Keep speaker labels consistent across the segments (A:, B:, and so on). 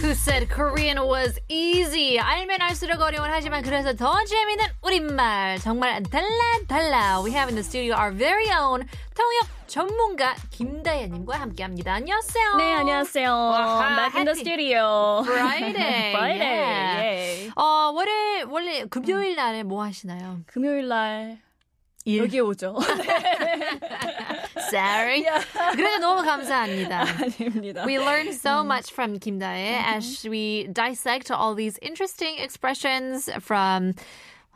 A: Who said Korean was easy? 알면 알수록 어려운 하지만 그래서 더 재미있는 우리말 정말 달라 달라. We have in the studio our very own 통역 전문가 김다연님과 함께합니다. 안녕하세요.
B: 네, 안녕하세요. 네.
A: 와하,
B: Back in the
A: happy
B: studio.
A: Friday. Yeah.
B: Friday. 예.
A: 어 월요일 원래 금요일 날에 뭐 하시나요?
B: 금요일 날 여기 오죠.
A: Sorry. 그래도 너무 감사합니다.
B: 아닙니다.
A: We learned so much from Kim Dae as we dissect all these interesting expressions from,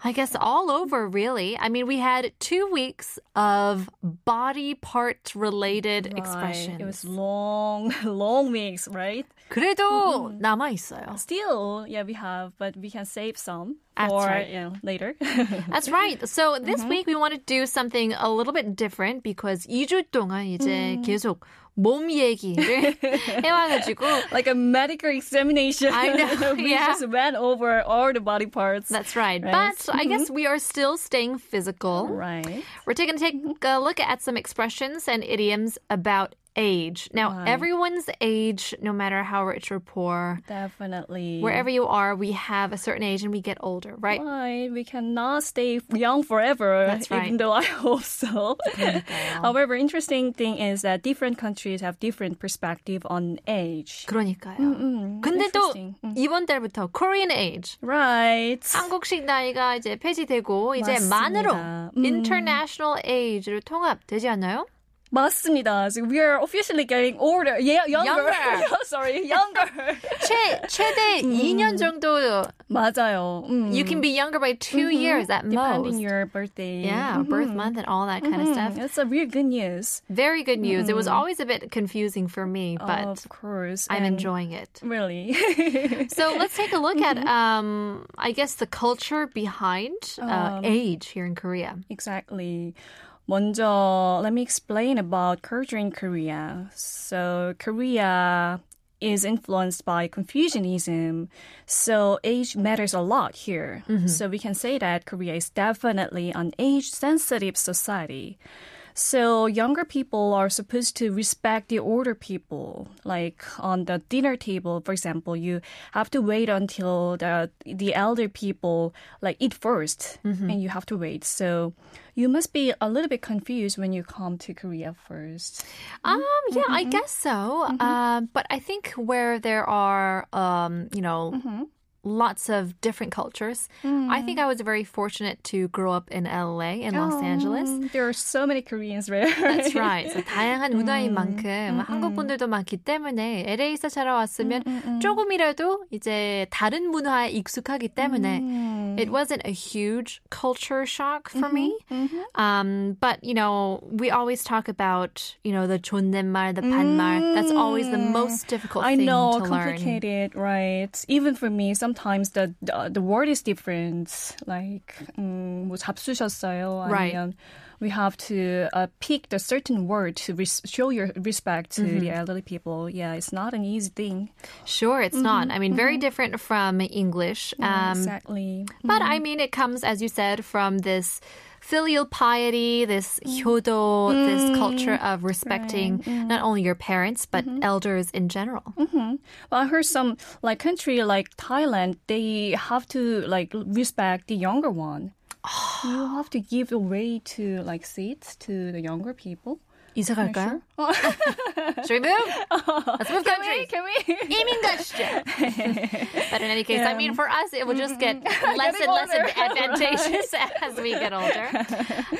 A: I guess, all over, really. I mean, we had two weeks of body part related
B: Right. It was
A: expressions.
B: long, long weeks, right?
A: 그래도 남아있어요.
B: Still, yeah, we have, but we can save some
A: That's
B: for
A: right.
B: you know, later.
A: That's right. So this
B: Mm-hmm.
A: week we want to do something a little bit different because 2주 동안 이제 계속 몸 얘기를 해와가지고
B: like a medical examination.
A: I know,
B: we
A: yeah.
B: just went over all the body parts.
A: That's right.
B: Right. Mm-hmm.
A: But I guess we are still staying physical.
B: right.
A: We're taking to take a look at some expressions and idioms about age. Now,
B: Right.
A: everyone's age, no matter how rich or poor,
B: Definitely.
A: wherever you are, we have a certain age and we get older, right?
B: Why we cannot stay young forever,
A: That's right.
B: even though I hope so. However, interesting thing is that different countries have different perspective on age.
A: 그러니까요.
B: 음,
A: 근데 또
B: interesting. Mm. 음.
A: 이번 달부터 Korean age.
B: Right.
A: 한국식 나이가 이제 폐지되고 이제
B: 맞습니다.
A: 만으로
B: 음.
A: international age로 통합되지 않나요?
B: 맞습니다. So we are officially getting older. Yeah, younger.
A: Younger.
B: Sorry, younger.
A: 최 최대 2년 정도
B: 맞아요. 음.
A: you can be younger by 2 years at
B: Mm-hmm. depending
A: most.
B: your birthday.
A: Yeah, birth month and all that kind of stuff.
B: That's a real good news.
A: Very good news. It was always a bit confusing for me, but
B: of course,
A: I'm
B: and
A: enjoying it.
B: Really.
A: So let's take a look at, um, I guess, the culture behind uh, age here in Korea.
B: Exactly. 먼저 let me explain about culture in Korea. So Korea is influenced by Confucianism, so age matters a lot here.
A: Mm-hmm.
B: So we can say that Korea is definitely an age-sensitive society. So younger people are supposed to respect the older people. Like on the dinner table, for example, you have to wait until the the elder people like eat 1st
A: Mm-hmm.
B: and you have to wait. So you must be a little bit confused when you come to Korea first.
A: Um, yeah, I guess so. Um, but I think where there are, um, you know, lots of different cultures, I think I was very fortunate to grow up in LA in Los Angeles.
B: Mm, There are so many Koreans there.
A: That's right. So 다양한 문화인 만큼 한국 분들도 많기 때문에 LA에서 자라왔으면 조금이라도 이제 다른 문화에 익숙하기 때문에 it wasn't a huge culture shock for me.
B: Mm-hmm,
A: Um, but you know, we always talk about you know the 존댓말, the 반말. That's always the most difficult
B: Mm. I
A: thing to
B: know,
A: learn.
B: complicated, right? Even for me, sometimes the the, the word is different. Like, um, 뭐 잡수셨어요.
A: Right.
B: 아니면 we have to uh, pick the certain word to res- show your respect to
A: Mm-hmm.
B: the elderly people. Yeah, it's not an easy thing.
A: Sure, it's
B: Mm-hmm,
A: not. I mean, very different from English. Um,
B: exactly.
A: But I mean, it comes, as you said, from this filial piety, this hyodo,
B: Mm.
A: this culture of respecting not only your parents, but
B: Mm-hmm.
A: elders in general.
B: Mm. Well, I heard some like country like Thailand, they have to like respect the younger one. you have to give away to like seats to the younger people.
A: 이사 갈까요?
B: Oh,
A: Should we move? Let's move
B: can
A: countries.
B: we? Can we?
A: 이민 가시죠. but in any case, I mean, for us, it will just get less and
B: Mm-hmm. Getting
A: less
B: older.
A: advantageous as we get older.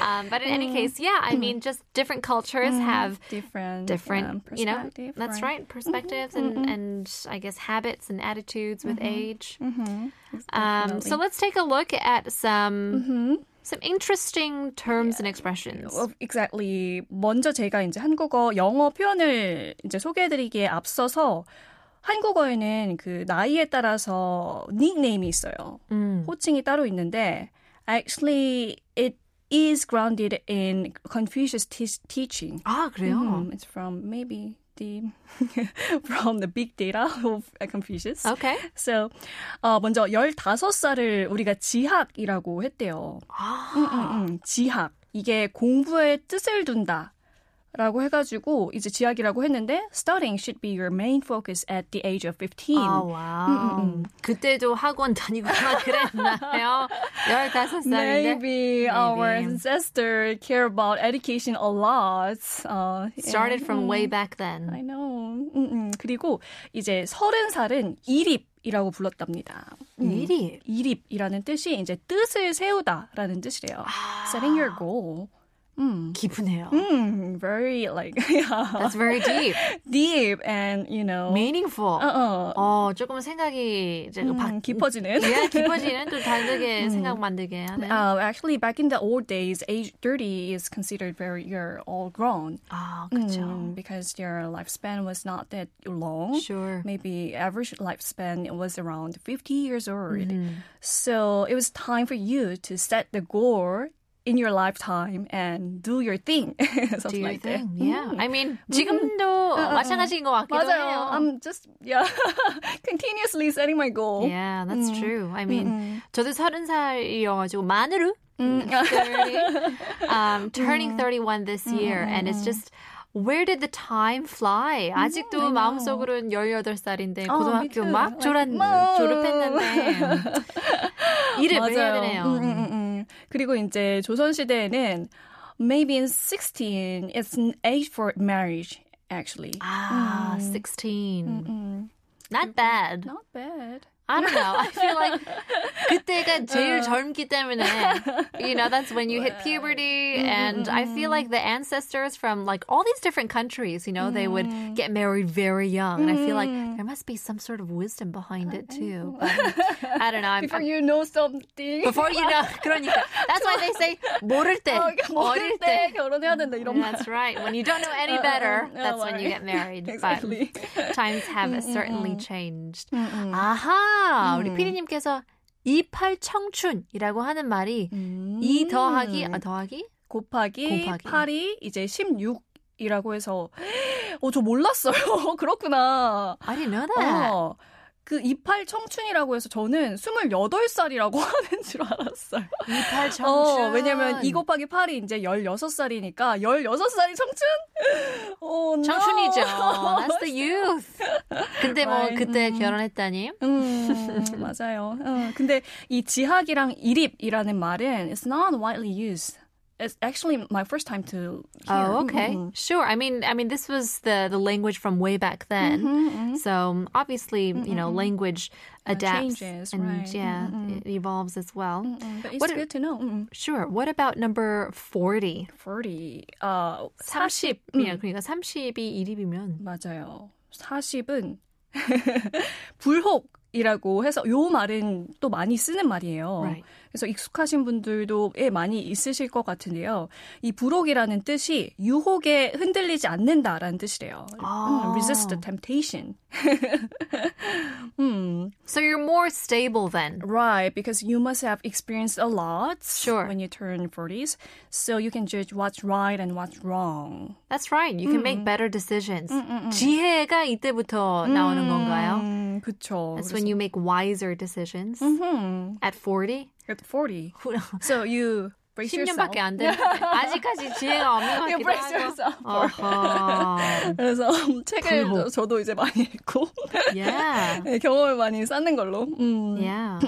A: Um, but in
B: Mm.
A: any case, yeah, I mean, just different cultures have
B: different um,
A: different you know
B: perspective, Mm-hmm,
A: that's right, perspectives and and i guess habits and attitudes with
B: Mm-hmm,
A: age um, so let's take a look at some
B: Mm-hmm.
A: some interesting terms and expressions
B: 어, exactly. 먼저 제가 이제 한국어 영어 표현을 이제 소개해드리기에 앞서서 한국어에는 그 나이에 따라서 닉네임이 있어요.
A: 음.
B: 호칭이 따로 있는데 actually it is grounded in Confucius te- teaching.
A: 아, 그래요?
B: Um, it's from maybe the from the big data of Confucius.
A: Okay.
B: So, 어, 먼저 15살을 우리가 지학이라고 했대요.
A: 아,
B: 음, 음, 음. 지학. 이게 공부에 뜻을 둔다. 라고 해가지고 이제 지학이라고 했는데 studying should be your main focus at the age of 15.
A: 아, 와우.
B: Mm-hmm.
A: 그때도 학원 다니고 막 그랬나요? 15살인데.
B: Maybe, our
A: Maybe.
B: ancestor care about education a lot. 어, 예.
A: Started from
B: Mm-hmm.
A: way back then.
B: I know. 음, 음. 그리고 이제 서른 살은 이립이라고 불렀답니다. 음.
A: 일이.
B: 이립이라는 뜻이 이제 뜻을 세우다라는 뜻이래요.
A: 아.
B: Setting your goal. 음.
A: 기쁘네요.
B: Mm. 음, very like yeah,
A: That's very deep.
B: deep and you know.
A: meaningful.
B: 어, 어.
A: 어, 조금 생각이 이제 바,
B: 음, 깊어지는.
A: 예, 깊어지는 또
B: 음.
A: 다르게 생각 만들게 하는.
B: Uh, actually, back in the old days, age 30 is considered very you're all grown.
A: 아, 그렇죠.
B: Mm, because your lifespan was not that long.
A: Sure.
B: Maybe average lifespan was around 50 years old. So it was time for you to set the goal in your lifetime and do your thing. Something
A: Do you
B: like that.
A: think? Yeah.
B: 음.
A: I mean, 지금도 마찬가지인 것 같기도
B: 맞아요. 음.
A: 해요.
B: I'm just yeah, continuously setting my goal.
A: Yeah,
B: 음.
A: that's true. I mean, 저도 서른 살이어가지고 만으로
B: 음.
A: 30, um, turning 31 this
B: 음,
A: year, and it's just. Where did the time fly? 아직도 마음속으로는 18살인데
B: 음, 어, me
A: 고등학교
B: too.
A: 막 졸았,
B: Like, 뭐.
A: 졸업했는데 일을 왜 해야 뭐 되네요.
B: 음, 음, 음, 음. 그리고 이제 조선 시대에는 maybe in 16 it's an age for marriage actually.
A: Ah,
B: Mm.
A: 16. Not bad.
B: Not bad.
A: I don't know. I feel like 그때가
B: Uh.
A: 제일 젊기 때문에 you know that's when you hit puberty and I feel like the ancestors from like all these different countries, you know, they would
B: Mm.
A: get married very young and I feel like there must be some sort of wisdom behind it too. But I don't know. I'm,
B: Before
A: I'm-
B: you know something.
A: before you know, 그러니까 that's why they say 모를 때, 음,
B: 어, 그러니까
A: 어릴
B: 어릴 때 결혼해야 된다 이런 말.
A: That's right. When you don't know any
B: 어,
A: better,
B: 어,
A: that's when you get
B: right.
A: married.
B: Exactly. 음.
A: But times have certainly changed.
B: Mm.
A: 아, 아하, 우리 피디님께서 이팔 청춘이라고 하는 말이
B: Mm.
A: 이 더하기 아 더하기
B: 음. 곱하기,
A: 곱하기.
B: 8이 이제 16이라고 해서 어 저 몰랐어요. 그렇구나.
A: I didn't know that.
B: 어. 그 28 청춘이라고 해서 저는 28살이라고 하는 줄 알았어요.
A: 이팔 청춘.
B: 어, 왜냐면 2 곱하기 8이 이제 16살이니까 16살이 청춘? 어, no.
A: 청춘이죠. That's the youth. 근데 뭐
B: Right. Mm. Mm-hmm.
A: 그때 결혼했다니.
B: 음, 맞아요. 어, 근데 이 지학이랑 이립이라는 말은 it's not widely used. It's actually my first time to hear.
A: Oh, okay.
B: 음,
A: Sure. I mean, I mean, this was the the language from way back then.
B: Mm-hmm,
A: So um, obviously, you know, language adapts
B: changes,
A: and
B: right. Mm.
A: yeah, it evolves as well.
B: 음, 음, But it's
A: What-
B: good to know. 음,
A: Sure. What about number 40?
B: 40.
A: uh,
B: 아,
A: 30. Yeah, 그러니까 30이 일입이면
B: 맞아요. 40은 불혹이라고 해서 요 말은 또 많이 쓰는 말이에요.
A: Right.
B: 그래서 익숙하신 분들도 예, 많이 있으실 것 같은데요. 이 불혹이라는 뜻이 유혹에 흔들리지 않는다라는 뜻이래요.
A: 아.
B: 음, resist the temptation. 음,
A: So you're more stable then.
B: right, because you must have experienced a lot
A: Sure.
B: when you turn 40s, so you can judge what's right and what's wrong.
A: That's right. You can make better decisions. 지혜가 이때부터 나오는 건가요?
B: 음, 그쵸.
A: That's when you make wiser decisions.
B: 음,
A: At 40?
B: at 40. So you brace yourself.
A: 10년밖에 안 됐는데 아직까지 지혜가 없는
B: You
A: 것
B: brace
A: 같기도
B: yourself.
A: 하고. 어허.
B: 그래서 책을 저- 저도 이제 많이 읽고
A: Yeah.
B: 네, 경험을 많이 쌓는 걸로. 음.
A: Yeah.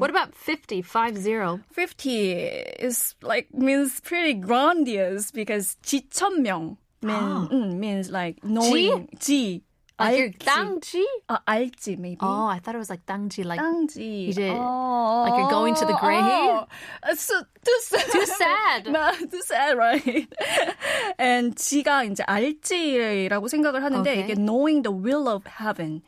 A: What about 50? 50.
B: 50 is like means pretty grandiose because 지천명 mean, 음, means like knowing 지,
A: Like
B: 알지.
A: 땅지?
B: 아, 알지 maybe.
A: Oh, I thought it was like 땅지 like
B: 땅지.
A: 이제
B: 어,
A: like you're going to the grave?
B: 어. It's so- too sad.
A: Too sad.
B: No, too sad, right? And 지가 이제 알지라고 생각을 하는데
A: Okay.
B: 이게 knowing the will of heaven.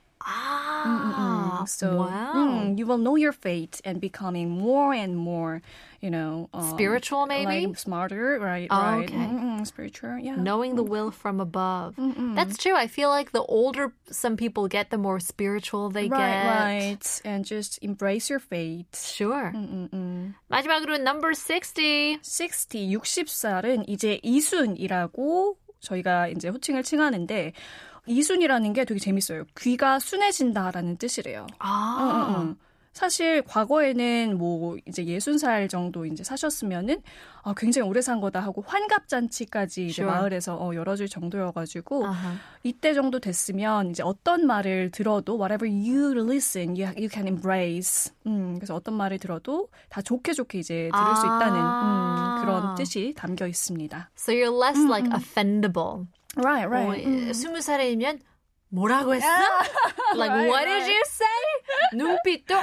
A: Ah,
B: So
A: wow.
B: mm, you will know your fate and becoming more and more, you know, um,
A: Spiritual, maybe?
B: like smarter, right?
A: Oh,
B: right.
A: okay.
B: Mm-mm, spiritual, yeah.
A: Knowing the will from above. That's true. I feel like the older some people get, the more spiritual they
B: right,
A: get.
B: right. And just embrace your fate.
A: Sure. 마지막으로 number 60.
B: 60, 60살은 이제 이순이라고 저희가 이제 호칭을 칭하는데 이순이라는 게 되게 재밌어요. 귀가 순해진다라는 뜻이래요.
A: 아.
B: 어, 어, 어. 사실 과거에는 뭐 이제 60살 정도 이제 사셨으면은 아, 굉장히 오래 산 거다 하고 환갑 잔치까지 이제
A: Sure.
B: 마을에서 어, 열어줄 정도여 가지고
A: 아하.
B: 이때 정도 됐으면 이제 어떤 말을 들어도 whatever you listen you, you can embrace 음, 그래서 어떤 말을 들어도 다 좋게 좋게 이제 들을 수
A: 아.
B: 있다는 음, 그런 뜻이 담겨 있습니다.
A: So you're less like offendable.
B: Right, right.
A: 어, 스무 살이면 뭐라고 했어? Like
B: Right,
A: what did
B: right.
A: you say? 눈빛도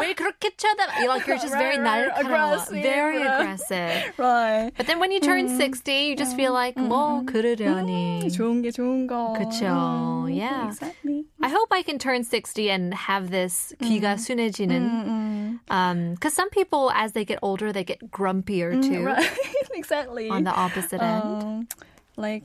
A: 왜 그렇게 쳐다봐? Like you're just very
B: Right,
A: 날카로워.
B: right, aggressive. Mm-hmm.
A: Very
B: Right.
A: aggressive.
B: 어, right.
A: But then when you turn 60, you just feel like
B: Mm-hmm.
A: 뭐 그러려니.
B: 좋은 게 좋은 거.
A: 그쵸.
B: 음,
A: Yeah.
B: Exactly.
A: I hope I can turn 60 and have this 귀가
B: Mm.
A: 순해지는. Um, cause some people, as they get older, they get grumpier too.
B: Mm, Right. exactly.
A: On the opposite end.
B: Um, like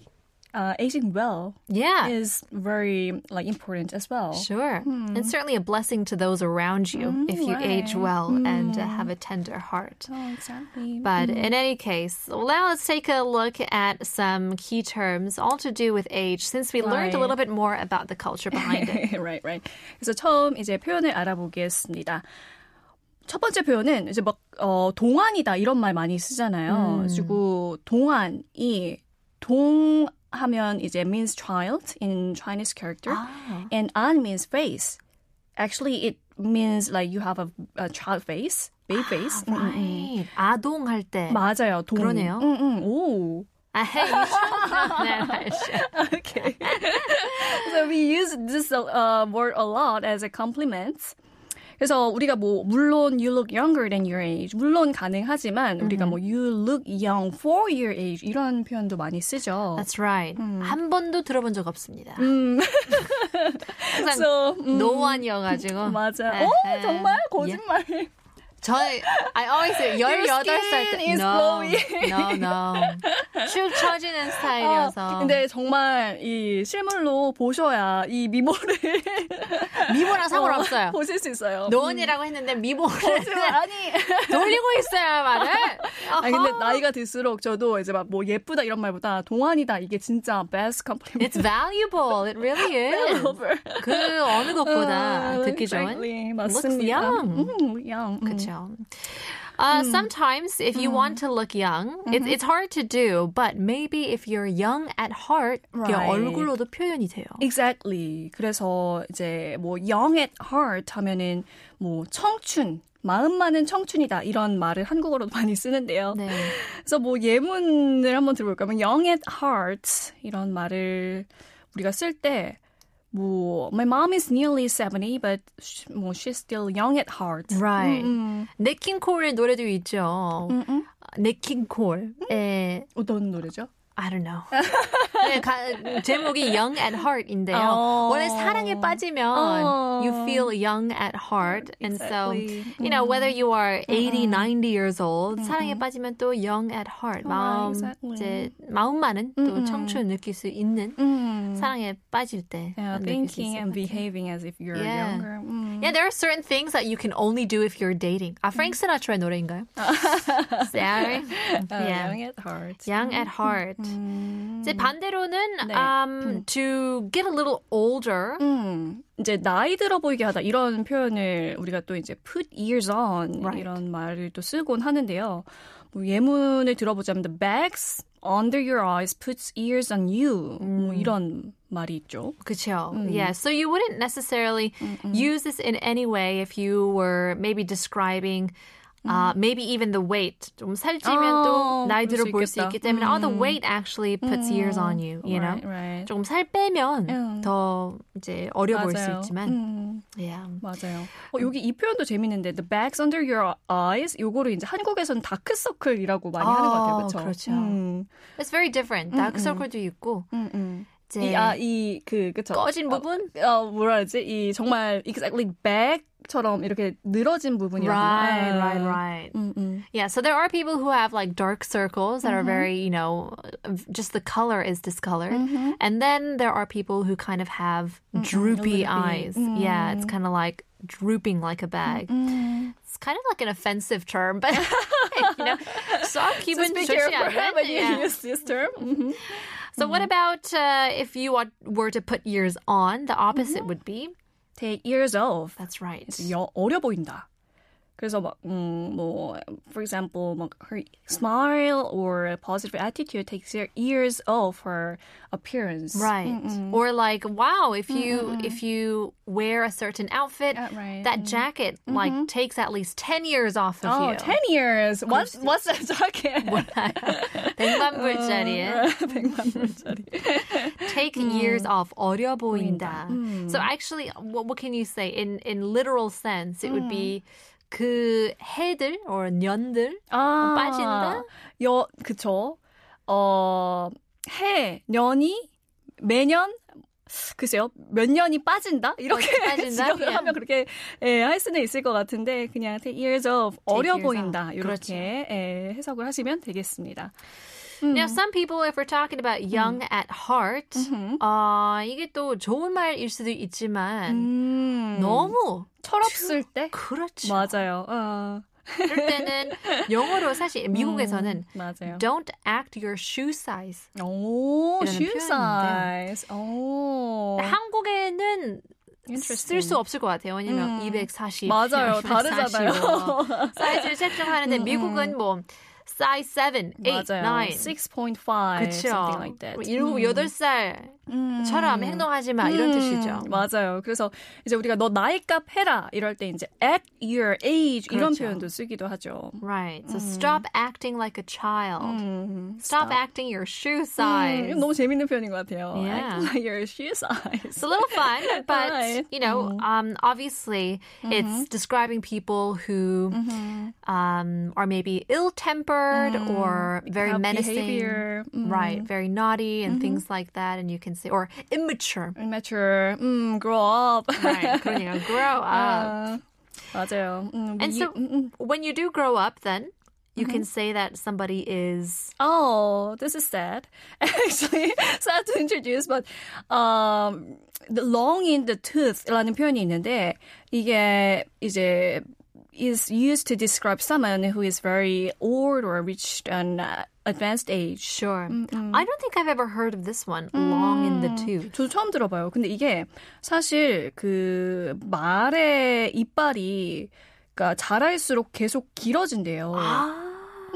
B: uh, aging well
A: Yeah.
B: is very like important as well.
A: Sure.
B: Hmm.
A: And certainly a blessing to those around you if you age well and uh, have a tender heart.
B: Mm, Hmm. Oh, hmm. exactly.
A: But in any case, well, now let's take a look at some key terms all to do with age since we learned a
B: Right.
A: little bit more about the culture behind it.
B: right, right. 그래서 처음 이제 표현을 알아보겠습니다. 첫 번째 표현은 이제 막 어, 동안이다 이런 말 많이
A: 음.
B: 쓰잖아요. 그리고 동안이 동 하면 이제 means child in Chinese character,
A: 아.
B: and an means face. Actually, it means like you have a, a child face, baby face. 음, 음, 음.
A: 아, Right. 아동할 때.
B: 맞아요. 동.
A: 그러네요.
B: 응, 응. 오.
A: 아, hey, you should know that.
B: Okay. so we use this uh, word a lot as a compliment. 그래서 우리가 뭐 물론 you look younger than your age 물론 가능하지만 우리가 뭐 you look young for your age 이런 표현도 많이 쓰죠.
A: That's right.
B: 음.
A: 한 번도 들어본 적 없습니다. 항상
B: so 음,
A: 노안이어가지고.
B: 맞아.
A: 에헤.
B: 오 정말 거짓말.
A: 예. 저희 I always say
B: Your
A: 18살 때
B: skin is
A: no,
B: glowing.
A: no no 축 처지는
B: 아,
A: 스타일이어서
B: 근데 정말 이 실물로 보셔야 이 미모를
A: 미모랑 상관없어요.
B: 어, 보실 수 있어요.
A: 노원이라고 했는데 미모를
B: 거짓말 아니.
A: 돌리고 있어요 말을.
B: 아 근데 나이가 들수록 저도 이제 막 뭐 예쁘다 이런 말보다 동안이다 이게 진짜 best compliment
A: It's valuable. It really is.
B: ever.
A: 그 어느 것보다 아, 듣기 좋은.
B: 아, Exactly.
A: Looks
B: 맞습니다.
A: young.
B: 음, young. 음.
A: 그렇죠. Uh, sometimes, if you want to look young, it's, it's hard to do. But maybe if you're young at heart, 이게
B: Right.
A: 얼굴로도 표현이 돼요.
B: Exactly. 그래서 이제 뭐 young at heart 하면은 뭐 청춘 마음만은 청춘이다 이런 말을 한국어로도 많이 쓰는데요.
A: 네.
B: 그래서 뭐 예문을 한번 들어볼까 하면 young at heart 이런 말을 우리가 쓸때뭐 my mom is nearly 70 but she, 뭐 she's still young at heart.
A: Right. 네킹콜의 음. 노래도 있죠. 아, 네킹콜. 에,
B: 어떤 노래죠?
A: I don't know. 네, 가- 제목이 Young at Heart인데요.
B: 어.
A: 원래 사랑에 빠지면
B: 어.
A: you feel young at heart. And
B: Exactly.
A: so, you know, whether you are 80, 90 years old, 사랑에 빠지면 또 young at heart. 마음,
B: exactly.
A: 이제 마음만은 또 청춘 느낄 수 있는
B: 음.
A: 사랑에 빠질 때 느낄 아, 네,
B: Yeah,
A: 수
B: thinking
A: 있을
B: and
A: 것 같아요.
B: behaving as if you're
A: Yeah.
B: younger. 음.
A: Yeah, there are certain things that you can only do if you're dating. 아, 프랭크 시나트라의 노래인가요? Sorry.
B: Uh,
A: Yeah.
B: Young at heart.
A: Young at heart. 이제 반대로는
B: Mm-hmm. 네.
A: um, to get a little older.
B: 음, 이제 나이 들어 보이게 하다 이런 표현을 우리가 또 이제 put years on
A: Right.
B: 이런 말을 또 쓰곤 하는데요. 뭐 예문을 들어보자면 the bags under your eyes puts years on you 뭐
A: 음.
B: 이런 말이 있죠.
A: 그쵸? Yeah, so you wouldn't necessarily use this in any way if you were maybe describing uh, maybe even the weight. 좀 살찌면 또
B: 아,
A: 나이 들어
B: 그럴 수
A: 보일 수 있기
B: 있겠다.
A: 때문에 oh, the weight actually puts years on you, you know?
B: Right, right.
A: 조금 살 빼면
B: 음.
A: 더 이제 어려 보일 수
B: 맞아요.
A: 있지만
B: 음.
A: Yeah.
B: 맞아요.
A: 음.
B: 어, 여기 이 표현도 재밌는데 the bags under your eyes 요거를 이제 한국에선 다크 서클이라고 많이 하는 것
A: 아,
B: 같아요. 그렇죠?
A: 그렇죠.
B: 음.
A: It's very different. 다크서클도 있고
B: 음, 음.
A: 이제
B: 이 아 이 그 그쵸
A: 네. 꺼진 부분?
B: 어, 어 뭐라 그러지 이 정말 exactly back처럼 이렇게 늘어진 부분이라고
A: Right, right,
B: Uh,
A: right.
B: 음, 음.
A: Yeah, so there are people who have like dark circles that are
B: Mm-hmm.
A: very, you know, v- just the color is discolored.
B: Mm-hmm.
A: And then there are people who kind of have droopy eyes. Yeah,
B: Mm.
A: it's kind of like drooping like a bag. It's kind of like an offensive term, but you know, some Cuban
B: Just be
A: searching
B: careful
A: out-
B: when you
A: yeah. Mm-hmm.
B: use this term. Mhm.
A: So what about uh, if you are, were to put years on? The opposite
B: Mm-hmm.
A: would be
B: Take years off.
A: that's right.
B: 여, 어려 보인다. 그래서 막, 음, 뭐, for example, 막, her smile or positive attitude takes their ears off her appearance.
A: Right. Or like, wow, if you if you wear a certain outfit,
B: Yeah, right. Mm-hmm.
A: that jacket like takes at least ten years off of
B: Oh,
A: you.
B: 10 years. What's, what's that jacket?
A: 백만
B: Uh,
A: 불짜리.
B: 불짜리.
A: Take
B: Mm.
A: years off. 어려 보인다. So actually, what, what can you say in in literal sense? It would be
B: Mm.
A: 그 해들 or 년들
B: 아,
A: 빠진다?
B: 여, 그쵸. 어, 해, 년이, 매년, 글쎄요, 몇 년이 빠진다? 이렇게
A: 빠진다?
B: 지적을
A: 예.
B: 하면 그렇게 예, 할 수는 있을 것 같은데, 그냥 take years of 어려
A: years
B: 보인다.
A: off.
B: 이렇게
A: 그렇죠.
B: 예, 해석을 하시면 되겠습니다. Mm.
A: Now, some people, if we're talking about young at heart,
B: Mm-hmm.
A: 아 이게 또 좋은 말일 수도 있지만
B: 음,
A: 너무
B: 철없을 때?
A: 그렇죠.
B: 맞아요. 어,
A: 그럴 때는 영어로
B: 음.
A: 사실 미국에서는
B: 맞아요.
A: don't act your shoe size.
B: 오,
A: 이라는
B: shoe
A: 표현인데요.
B: size. 오.
A: 한국에는 쓸
B: 네. Interesting.
A: 수 없을 것 같아요. 왜냐면
B: 음.
A: 240.
B: 맞아요.
A: 245.
B: 다르잖아요. 음,
A: 사이즈를 책정하는데 미국은 뭐 size 7, 8,
B: 맞아요.
A: 9.
B: 6.5 something like that.
A: 일곱 여덟 살처럼
B: 음.
A: 행동하지 마 이런 뜻이죠.
B: 음, 맞아요. 그래서 이제 우리가 너 나이값 해라 이럴 때 이제 at your age 이런
A: 그렇죠.
B: 표현도 쓰기도 하죠.
A: Right. So stop acting like a child.
B: 음.
A: Stop acting your shoe
B: 음,
A: size.
B: 이거 너무 재밌는 표현인 것 같아요.
A: Yeah.
B: Act like your shoe
A: It's
B: size.
A: a little fun, but
B: Right.
A: you know, um, obviously, it's describing people who um, are maybe ill-tempered or very
B: Have
A: menacing,
B: behavior. 음.
A: right? Very naughty and things like that. And you can say or immature,
B: Immature. 음, grow up.
A: right? 그런 얘기가 grow up.
B: 아, 맞아요. 음,
A: and
B: 미-
A: so, when you do grow up, then you can say that somebody is
B: Oh, this is sad. Actually, sad to introduce, but um, the long in the tooth라는 표현이 있는데 이게 이제 is used to describe someone who is very old or reached an uh, advanced age.
A: sure. I don't think I've ever heard of this one. Long in the tooth.
B: 저도 처음 들어봐요. 근데 이게 사실 그 말의 이빨이 그러니까 자랄수록 계속 길어진대요.
A: Ah,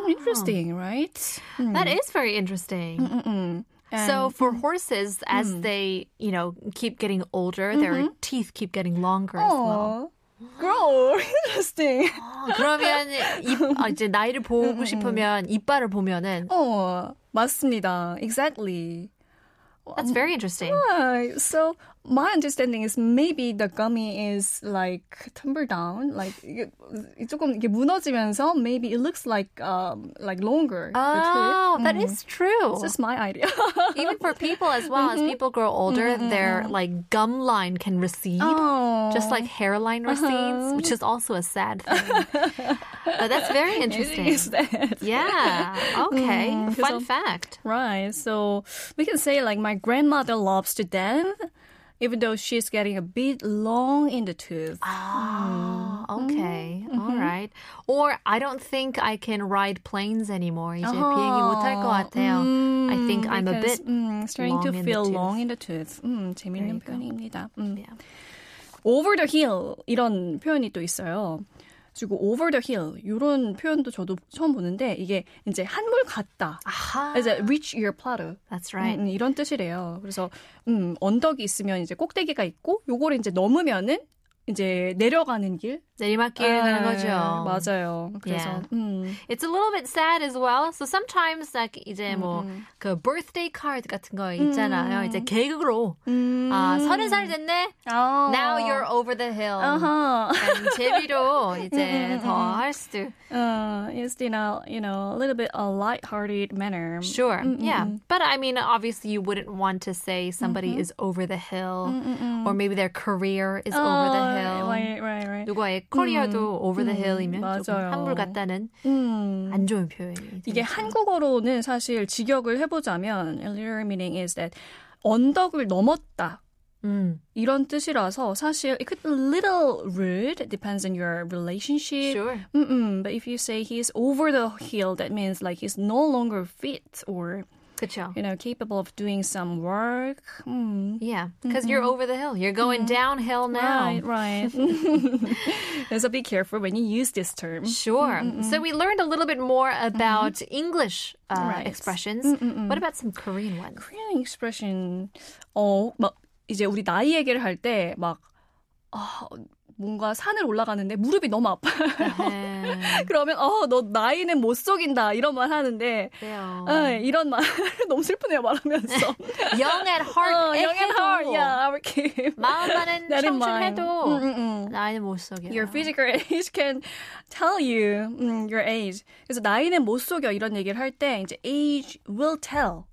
B: Interesting, right?
A: that is very interesting.
B: 음.
A: So for
B: mm.
A: horses, as they you know keep getting older, their
B: Mm-hmm.
A: teeth keep getting longer as well.
B: grow. Interesting.
A: 그러면 입, 아, 이제 나이를 보고 싶으면 이빨을 보면은
B: 어, Oh, 맞습니다. Exactly. Oh.
A: that's very interesting.
B: Uh, so my understanding is maybe the gummy is like tumble down, like 이게 조금 이게 무너지면서 maybe it looks like um like longer. the
A: Oh,
B: tooth.
A: that
B: 음.
A: is true.
B: It's just Mm-hmm. my idea.
A: Even for people as well, as people grow older, their like gum line can recede.
B: oh,
A: Just like hairline recedes, which is also a sad thing. but that's very interesting.
B: is Mm-hmm. that
A: Yeah. Okay.
B: 음,
A: Fun
B: 그래서-
A: fact.
B: right? So we can say like my grandmother loves to dance, even though she's getting a bit long in the tooth.
A: Ah,
B: Mm-hmm.
A: okay. All right. Or I don't think I can ride planes anymore. 이제 비행기 못할 것 같아요. I think I'm a
B: Oh, mm, because,
A: bit.
B: 음, starting
A: long
B: to
A: in the
B: feel
A: tooth.
B: long in the tooth. 음, 재밌는
A: you go.
B: 표현입니다. 음.
A: Yeah.
B: Over the hill 이런 표현이 또 있어요. 그리고 over the hill 이런 표현도 저도 처음 보는데 이게 이제 한물 갔다.
A: 아하.
B: 이제 reach your plateau.
A: That's right.
B: 음, 이런 뜻이래요. 그래서 음, 언덕이 있으면 이제 꼭대기가 있고 요걸 이제 넘으면은 이제 내려가는 길,
A: 내리막길을 가는
B: 네,
A: 거죠.
B: 맞아요. 그래서
A: Yeah.
B: 음.
A: It's a little bit sad as well. So sometimes like 이제 뭐 그 birthday card 같은 거
B: Mm.
A: 있잖아요. 이제 계획으로 아 서른 살 됐네.
B: 어.
A: Now you're over the hill.
B: Uh-huh.
A: 약간 재미로 이제 더 할 수도.
B: Uh, it's in a you know a little bit a light-hearted manner.
A: Sure. Yeah. But I mean, obviously, you wouldn't want to say somebody
B: Mm-hmm.
A: is over the hill, or maybe their career
B: Oh,
A: is over the hill.
B: Uh, Right, right, right.
A: 누구의 커리어도 over the hill이면 조금
B: Mm-hmm. 맞아요.
A: 한물 같다는
B: 음.
A: 안 좋은 표현이.
B: 이게 한국어로는 사실 직역을 해보자면 earlier meaning is that 언덕을 넘었다.
A: 음,
B: 이런 뜻이라서 사실 it could be a little rude depends on your relationship.
A: sure.
B: Mm-mm, but if you say he's over the hill, that means like he's no longer fit or
A: 그렇죠.
B: you know capable of doing some work. Mm.
A: Yeah, because you're over the hill. You're going downhill now.
B: Right, right. so be careful when you use this term.
A: Sure. So we learned a little bit more about English uh,
B: Mm-hmm. Right.
A: expressions. What about some Korean ones?
B: Korean expression. 어, 막 이제 우리 나이 얘기를 할 때 막 아, 뭔가 산을 올라가는데 무릎이 너무 아파요.
A: 네.
B: 그러면 어, 너 나이는 못 속인다 이런 말 하는데
A: 그래요.
B: 아, 이런 말 너무 슬프네요 말하면서.
A: Young at heart.
B: 어,
A: 애
B: Oh, young and
A: 해도.
B: hard. Yeah, our Kim.
A: 마음만은
B: That in mind.
A: 청춘해도
B: 음, 음, 음.
A: 나이는 못 속여.
B: Your physical age can tell you 음, your age. 그래서 나이는 못 속여 이런 얘기를 할 때 이제 age will tell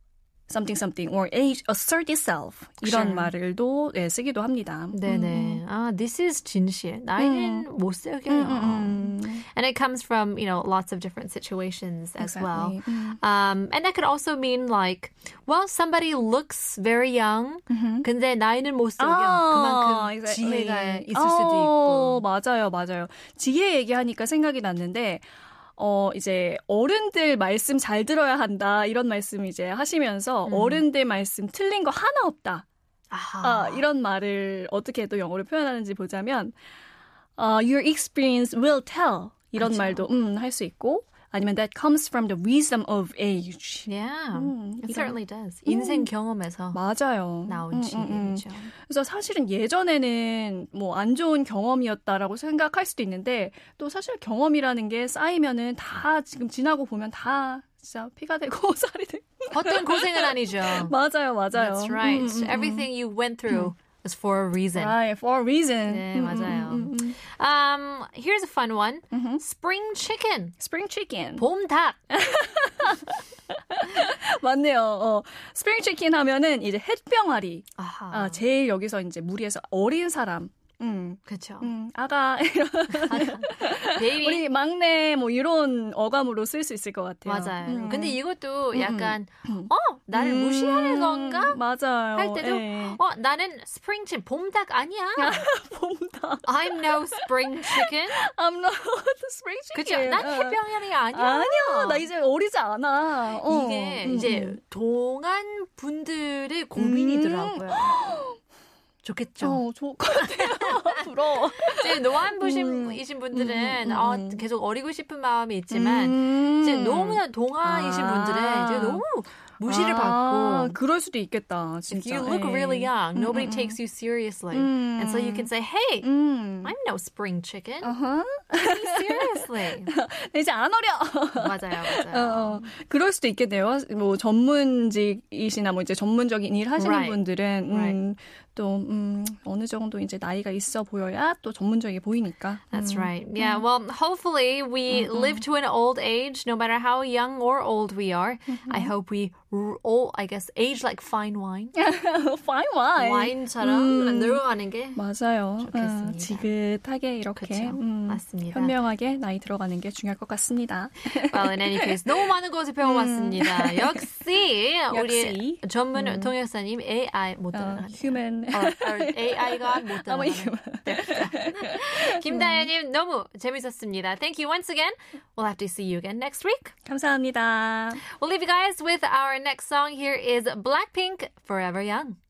B: something something or age assert itself 이런
A: Sure.
B: 말을도 예, 쓰기도 합니다.
A: 네네. 아, this is 진실. 나이는
B: 음.
A: 못 속여요. And it comes from, you know, lots of different situations as well.
B: 음.
A: Um, and that could also mean like, well, somebody looks very young, 근데 나이는 못 속여.
B: Mm-hmm. 아,
A: 그만큼
B: exactly.
A: 지혜가 있을
B: 어,
A: 수도 있고.
B: 맞아요, 맞아요. 지혜 얘기하니까 생각이 났는데, 어, 이제 어른들 말씀 잘 들어야 한다, 이런 말씀 이제
A: 음.
B: 하시면서 어른들 말씀 틀린 거 하나 없다. 아,
A: 아하.
B: 이런 말을 어떻게 또 영어로 표현하는지 보자면, 어, your experience will tell. 이런
A: 그렇죠.
B: 말도, 음, 할 수 있고, 아니면 that comes from the wisdom of age.
A: Yeah,
B: 음,
A: it
B: 이런-
A: certainly does. 인생 경험에서
B: 맞아요.
A: 나온
B: 음, 음, 음.
A: 지혜죠.
B: 그래서 사실은 예전에는 뭐 안 좋은 경험이었다라고 생각할 수도 있는데 또 사실 경험이라는 게 쌓이면은 다 지금 지나고 보면 다 진짜 피가 되고 살이 되고
A: 어떤 고생은 아니죠.
B: 맞아요 맞아요
A: That's right.
B: 음, 음, 음.
A: Everything you went through was for a reason.
B: Right, for a reason
A: 네,
B: 음, 음,
A: 맞아요.
B: 음, 음, 음.
A: Um, here's a fun one. Spring chicken.
B: Spring chicken
A: 봄닭.
B: 아, 맞네요 어, spring chicken 하면은 이제 햇병아리
A: 아하.
B: 아, 제일 여기서 이제 무리해서 어린 사람 음,
A: 그렇죠.
B: 음, 아가 이런
A: 베이비.
B: 우리 막내 뭐 이런 어감으로 쓸 수 있을 것 같아요
A: 맞아요.
B: 음.
A: 근데 이것도 약간 어 나를 무시하는
B: 음,
A: 건가?
B: 맞아요. 예.
A: 할 때도 어 나는 스프링 치 봄닭 아니야.
B: 봄다.
A: I'm no spring chicken.
B: I'm not the spring
A: 그죠?
B: chicken.
A: 난
B: 어.
A: 해병열이 아니야.
B: 아니야. 나 이제 어리지 않아. 어.
A: 이게
B: 음,
A: 이제
B: 음.
A: 동안 분들의 고민이더라고요. 좋겠죠.
B: 어, 좋을 것 같아요. 부러워.
A: 이제
B: 음.
A: 노안부심이신 분들은 어, 계속 어리고 싶은 마음이 있지만
B: 음.
A: 아, 이제 너무나 동안이신
B: 아.
A: 분들은 이제 너무 무시를
B: 아,
A: 받고
B: 그럴 수도 있겠다.
A: If
B: 진짜.
A: you look
B: 에이.
A: really young, nobody
B: 음, 음,
A: takes you seriously.
B: 음.
A: And so you can say, hey,
B: 음. Uh-huh.
A: I'm no spring chicken.
B: 어허.
A: Take me seriously.
B: 나 이제 안 어려.
A: 맞아요,
B: 어,
A: 맞아요.
B: 어, 그럴 수도 있겠네요. 뭐 전문직이시나 뭐 이제 전문적인 일 하시는
A: Right.
B: 분들은 음,
A: Right.
B: 또 음, 어느 정도 이제 나이가 있어 보여야 또 전문적이 보이니까.
A: That's
B: 음.
A: right. Yeah. Well, hopefully we
B: Mm-hmm.
A: live to an old age, no matter how young or old we are. I
B: Mm-hmm.
A: hope we r- all, I guess, age like fine wine.
B: Fine wine.
A: 와인처럼
B: Mm.
A: 늙어가는 게
B: 맞아요.
A: 좋겠습니다.
B: 어, 지긋하게 이렇게
A: 그렇죠.
B: 음,
A: 맞습니다.
B: 현명하게 나이 들어가는 게 중요할 것 같습니다.
A: Well, in any case, 너무 많은 것을 배워봤습니다. 역시, 우리
B: 역시.
A: 전문 통역사님 AI 못
B: 어,
A: 따라가네요.
B: human.
A: AI가 못
B: 아마
A: 따라가네.
B: human.
A: 김다혜님 너무 재밌었습니다. Thank you once again. We'll have to see you again next week.
B: 감사합니다.
A: We'll leave you guys with our next song. Here is Blackpink Forever Young.